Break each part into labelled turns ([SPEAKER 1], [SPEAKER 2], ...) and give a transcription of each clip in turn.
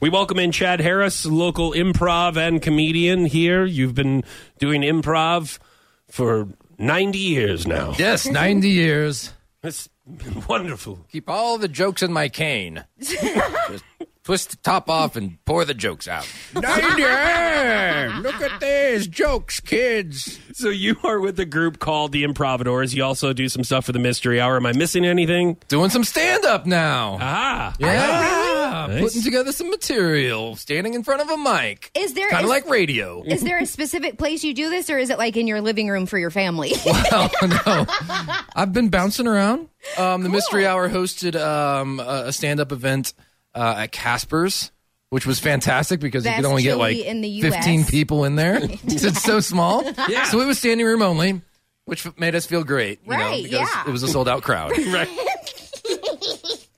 [SPEAKER 1] We welcome in Chad Harris, local improv and comedian here. You've been doing improv for 90 years now.
[SPEAKER 2] Yes, 90 years.
[SPEAKER 1] It's been wonderful.
[SPEAKER 2] Keep all the jokes in my cane. Just twist the top off and pour the jokes out. 90! Look at these jokes, kids.
[SPEAKER 1] So you are with a group called the Improvidors. You also do some stuff for the Mystery Hour. Am I missing anything?
[SPEAKER 2] Doing some stand up now.
[SPEAKER 1] Ah,
[SPEAKER 2] Yeah.
[SPEAKER 1] Nice.
[SPEAKER 2] Putting together some material, standing in front of a mic.
[SPEAKER 3] Is there
[SPEAKER 2] Kind
[SPEAKER 3] is-
[SPEAKER 2] of like radio.
[SPEAKER 3] Is there a specific place you do this, or is it like in your living room for your family?
[SPEAKER 2] well, no. I've been bouncing around. Um, The Mystery Hour hosted um, a, a stand up event uh, at Casper's, which was fantastic because you
[SPEAKER 3] Best
[SPEAKER 2] could only get
[SPEAKER 3] chili
[SPEAKER 2] like
[SPEAKER 3] in the US.
[SPEAKER 2] 15 people in there 'cause it's so small. Yeah. So it was standing room only, which f- made us feel great. You know,
[SPEAKER 3] Right,
[SPEAKER 2] because
[SPEAKER 3] yeah.
[SPEAKER 2] It was a sold out crowd.
[SPEAKER 1] right.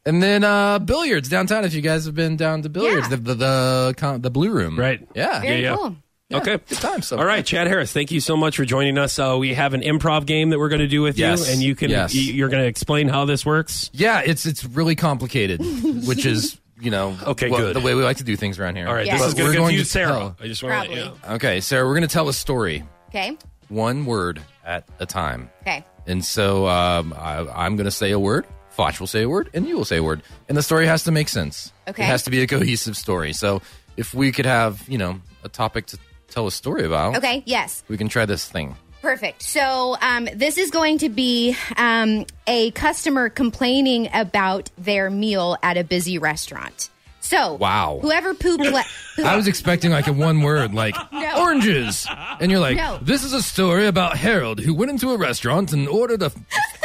[SPEAKER 2] and then uh, billiards downtown, if you guys have been down to billiards, the,
[SPEAKER 3] Yeah.
[SPEAKER 2] the, the, con- the Blue Room.
[SPEAKER 1] Right.
[SPEAKER 2] Yeah.
[SPEAKER 3] Very
[SPEAKER 1] yeah.
[SPEAKER 3] cool.
[SPEAKER 1] Okay.
[SPEAKER 2] Good time. So.
[SPEAKER 1] All right, Chad Harris, thank you so much for joining us. Uh, we have an improv game that we're going to do with
[SPEAKER 2] Yes.
[SPEAKER 1] you, and you can
[SPEAKER 2] Yes.
[SPEAKER 1] y- you're going to explain how this works.
[SPEAKER 2] Yeah, it's it's really complicated, which is you know
[SPEAKER 1] Okay,
[SPEAKER 2] what-
[SPEAKER 1] good.
[SPEAKER 2] the way we like to do things around here.
[SPEAKER 1] All right,
[SPEAKER 3] Yeah.
[SPEAKER 1] this
[SPEAKER 3] But
[SPEAKER 1] is gonna
[SPEAKER 2] we're going
[SPEAKER 1] confuse
[SPEAKER 2] to
[SPEAKER 1] Sarah.
[SPEAKER 2] tell-
[SPEAKER 1] I just want to
[SPEAKER 3] Probably.
[SPEAKER 1] let you know.
[SPEAKER 2] Okay, Sarah, we're going to tell a story,
[SPEAKER 3] Okay.
[SPEAKER 2] one word at a time.
[SPEAKER 3] Okay.
[SPEAKER 2] And so um, I, I'm going to say a word, Foch will say a word, and you will say a word. And the story has to make sense.
[SPEAKER 3] Okay.
[SPEAKER 2] It has to be a cohesive story. So if we could have, you know, a topic to tell a story about,
[SPEAKER 3] Okay. Yes.
[SPEAKER 2] we can try this thing.
[SPEAKER 3] Perfect. So um, this is going to be um, a customer complaining about their meal at a busy restaurant. So
[SPEAKER 2] Wow.
[SPEAKER 3] whoever pooped. Le- who-
[SPEAKER 2] I was expecting like a one word, like
[SPEAKER 3] No.
[SPEAKER 2] oranges. And you're like,
[SPEAKER 3] No.
[SPEAKER 2] this is a story about Harold who went into a restaurant and ordered a f-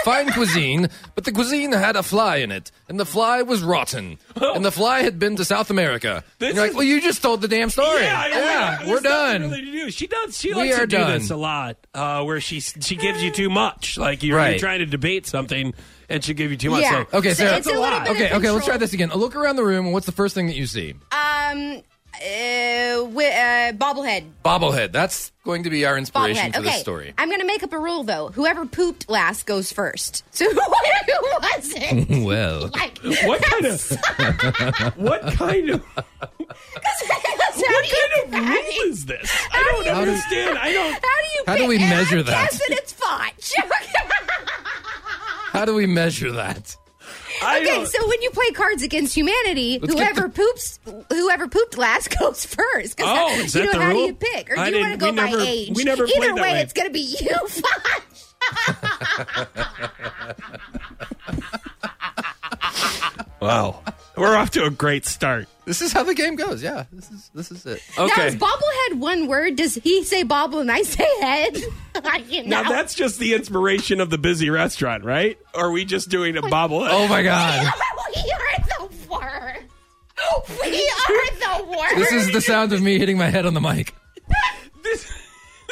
[SPEAKER 2] fine cuisine, but the cuisine had a fly in it, and the fly was rotten, and the fly had been to South America. and you're like,
[SPEAKER 1] is-
[SPEAKER 2] well, you just told the damn story.
[SPEAKER 1] I- I- I-
[SPEAKER 2] we're
[SPEAKER 1] there's nothing
[SPEAKER 2] done.
[SPEAKER 1] really to do. She does. She
[SPEAKER 2] We
[SPEAKER 1] likes to
[SPEAKER 2] are
[SPEAKER 1] do
[SPEAKER 2] done.
[SPEAKER 1] this a lot, uh, where she she gives you too much. Like you're, you're
[SPEAKER 2] Right.
[SPEAKER 1] trying to debate something, and she give you too much.
[SPEAKER 3] Yeah.
[SPEAKER 1] So,
[SPEAKER 2] Okay,
[SPEAKER 3] So
[SPEAKER 2] Sarah.
[SPEAKER 3] it's a little bit of
[SPEAKER 2] okay, okay. Let's try
[SPEAKER 3] control.
[SPEAKER 2] this again. A look around the room. and What's the first thing that you see?
[SPEAKER 3] um. Uh, wi- uh, bobblehead.
[SPEAKER 2] Bobblehead. That's going to be our inspiration
[SPEAKER 3] Bobblehead.
[SPEAKER 2] for
[SPEAKER 3] Okay.
[SPEAKER 2] this story.
[SPEAKER 3] I'm going to make up a rule though. Whoever pooped last goes first. So who was it?
[SPEAKER 2] well,
[SPEAKER 3] Like
[SPEAKER 1] What kind of what kind of
[SPEAKER 3] what
[SPEAKER 1] what kind of rule is this? I don't
[SPEAKER 3] How do-
[SPEAKER 1] understand. I
[SPEAKER 3] How
[SPEAKER 1] don't.
[SPEAKER 3] do you?
[SPEAKER 2] How do
[SPEAKER 3] pick-
[SPEAKER 2] we
[SPEAKER 3] and I
[SPEAKER 2] measure that?
[SPEAKER 3] Guess that it's fudge.
[SPEAKER 2] how do we measure that?
[SPEAKER 1] I
[SPEAKER 3] okay,
[SPEAKER 1] don't.
[SPEAKER 3] so when you play Cards Against Humanity,
[SPEAKER 2] Let's get
[SPEAKER 3] whoever poops, whoever pooped last goes first. 'Cause
[SPEAKER 1] Oh,
[SPEAKER 3] how-
[SPEAKER 1] is
[SPEAKER 3] you
[SPEAKER 1] that
[SPEAKER 3] know,
[SPEAKER 1] the
[SPEAKER 3] how
[SPEAKER 1] rule?
[SPEAKER 3] do you pick, or
[SPEAKER 1] I
[SPEAKER 3] do you want to
[SPEAKER 1] didn't- we
[SPEAKER 3] go by
[SPEAKER 1] never-
[SPEAKER 3] age?
[SPEAKER 1] we never
[SPEAKER 3] Either
[SPEAKER 1] played
[SPEAKER 3] way,
[SPEAKER 1] that way.
[SPEAKER 3] it's going to be you fudge.
[SPEAKER 1] wow, we're off to a great start.
[SPEAKER 2] This is how the game goes. Yeah. This is this is it.
[SPEAKER 3] Now
[SPEAKER 1] Okay.
[SPEAKER 3] is bobblehead one word? Does he say bobble and I say head? you know?
[SPEAKER 1] now that's just the inspiration of the busy restaurant, right? Or are we just doing a bobblehead?
[SPEAKER 2] Oh my god.
[SPEAKER 3] we are the worst. We are the worst.
[SPEAKER 2] This is the sound of me hitting my head on the mic.
[SPEAKER 1] This-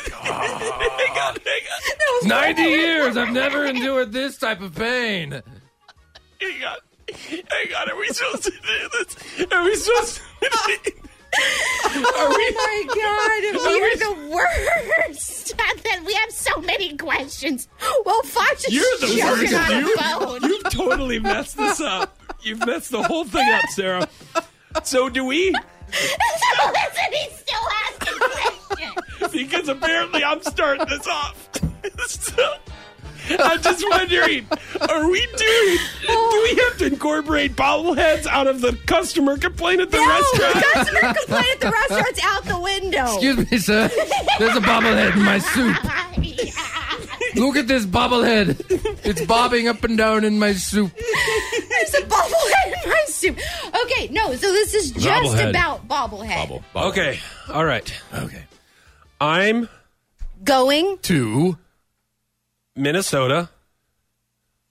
[SPEAKER 1] hang on, hang on.
[SPEAKER 2] 90 years. I've never endured this type of pain.
[SPEAKER 1] Hang on. Hang on. Are we supposed to do this? Are we supposed to. Are we.
[SPEAKER 3] Oh my god, we are the worst. Then we have so many questions. Well, Fox is
[SPEAKER 1] You're the
[SPEAKER 3] choking
[SPEAKER 1] worst.
[SPEAKER 3] on
[SPEAKER 1] You-
[SPEAKER 3] a phone.
[SPEAKER 1] You've totally messed this up. You've messed the whole thing up, Sarah. So do we?
[SPEAKER 3] Listen, he's still asking questions.
[SPEAKER 1] Because apparently I'm starting this off. So, I'm just wondering, are we doing? Do we have to incorporate bobbleheads out of the customer complaint at the
[SPEAKER 3] No, the
[SPEAKER 1] restaurant?
[SPEAKER 3] customer complaint at the restaurant's out the window.
[SPEAKER 2] Excuse me, sir. There's a bobblehead in my soup. Look at this bobblehead. It's bobbing up and down in my soup.
[SPEAKER 3] There's a bobblehead in my soup. Okay, no, so this is just
[SPEAKER 2] Bobblehead.
[SPEAKER 3] about bobblehead.
[SPEAKER 1] Okay, all right.
[SPEAKER 2] Okay.
[SPEAKER 1] I'm
[SPEAKER 3] Going
[SPEAKER 2] To
[SPEAKER 1] Minnesota.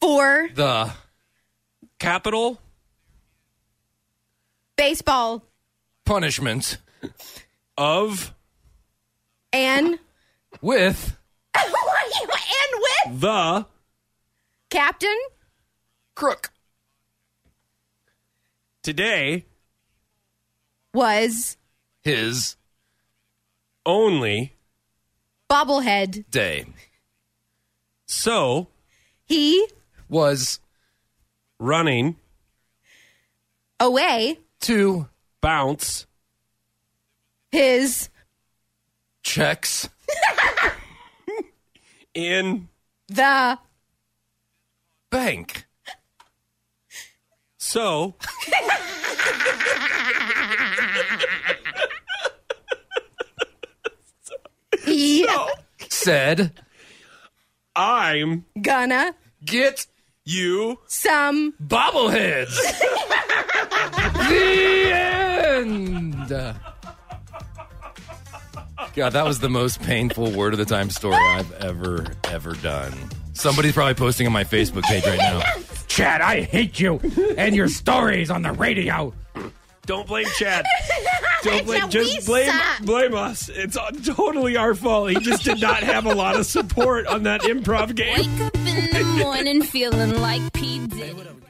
[SPEAKER 3] for
[SPEAKER 2] the
[SPEAKER 1] Capital
[SPEAKER 3] baseball
[SPEAKER 2] punishment
[SPEAKER 1] of
[SPEAKER 3] and
[SPEAKER 2] with
[SPEAKER 3] and with
[SPEAKER 1] the
[SPEAKER 3] Captain
[SPEAKER 2] crook.
[SPEAKER 1] today
[SPEAKER 3] was
[SPEAKER 2] His
[SPEAKER 1] only
[SPEAKER 3] bobblehead.
[SPEAKER 2] day
[SPEAKER 1] so
[SPEAKER 3] He
[SPEAKER 2] was
[SPEAKER 1] running
[SPEAKER 3] away
[SPEAKER 2] to
[SPEAKER 1] bounce.
[SPEAKER 3] His
[SPEAKER 2] Checks.
[SPEAKER 1] in
[SPEAKER 3] the
[SPEAKER 2] Bank.
[SPEAKER 1] so
[SPEAKER 3] he
[SPEAKER 2] Said.
[SPEAKER 1] I'm
[SPEAKER 3] gonna
[SPEAKER 2] Get
[SPEAKER 1] you
[SPEAKER 3] some
[SPEAKER 2] bobbleheads. the end. God, that was the most painful word of the time story I've ever, ever done. Somebody's probably posting on my Facebook page right now.
[SPEAKER 4] Chad, I hate you and your stories on the radio.
[SPEAKER 1] don't blame Chad. Don't blame
[SPEAKER 3] Chad, we
[SPEAKER 1] just blame
[SPEAKER 3] suck.
[SPEAKER 1] blame us. It's uh, totally our fault. He just did not have a lot of support on that improv game.
[SPEAKER 5] Wake up in the morning feeling like P. Diddy.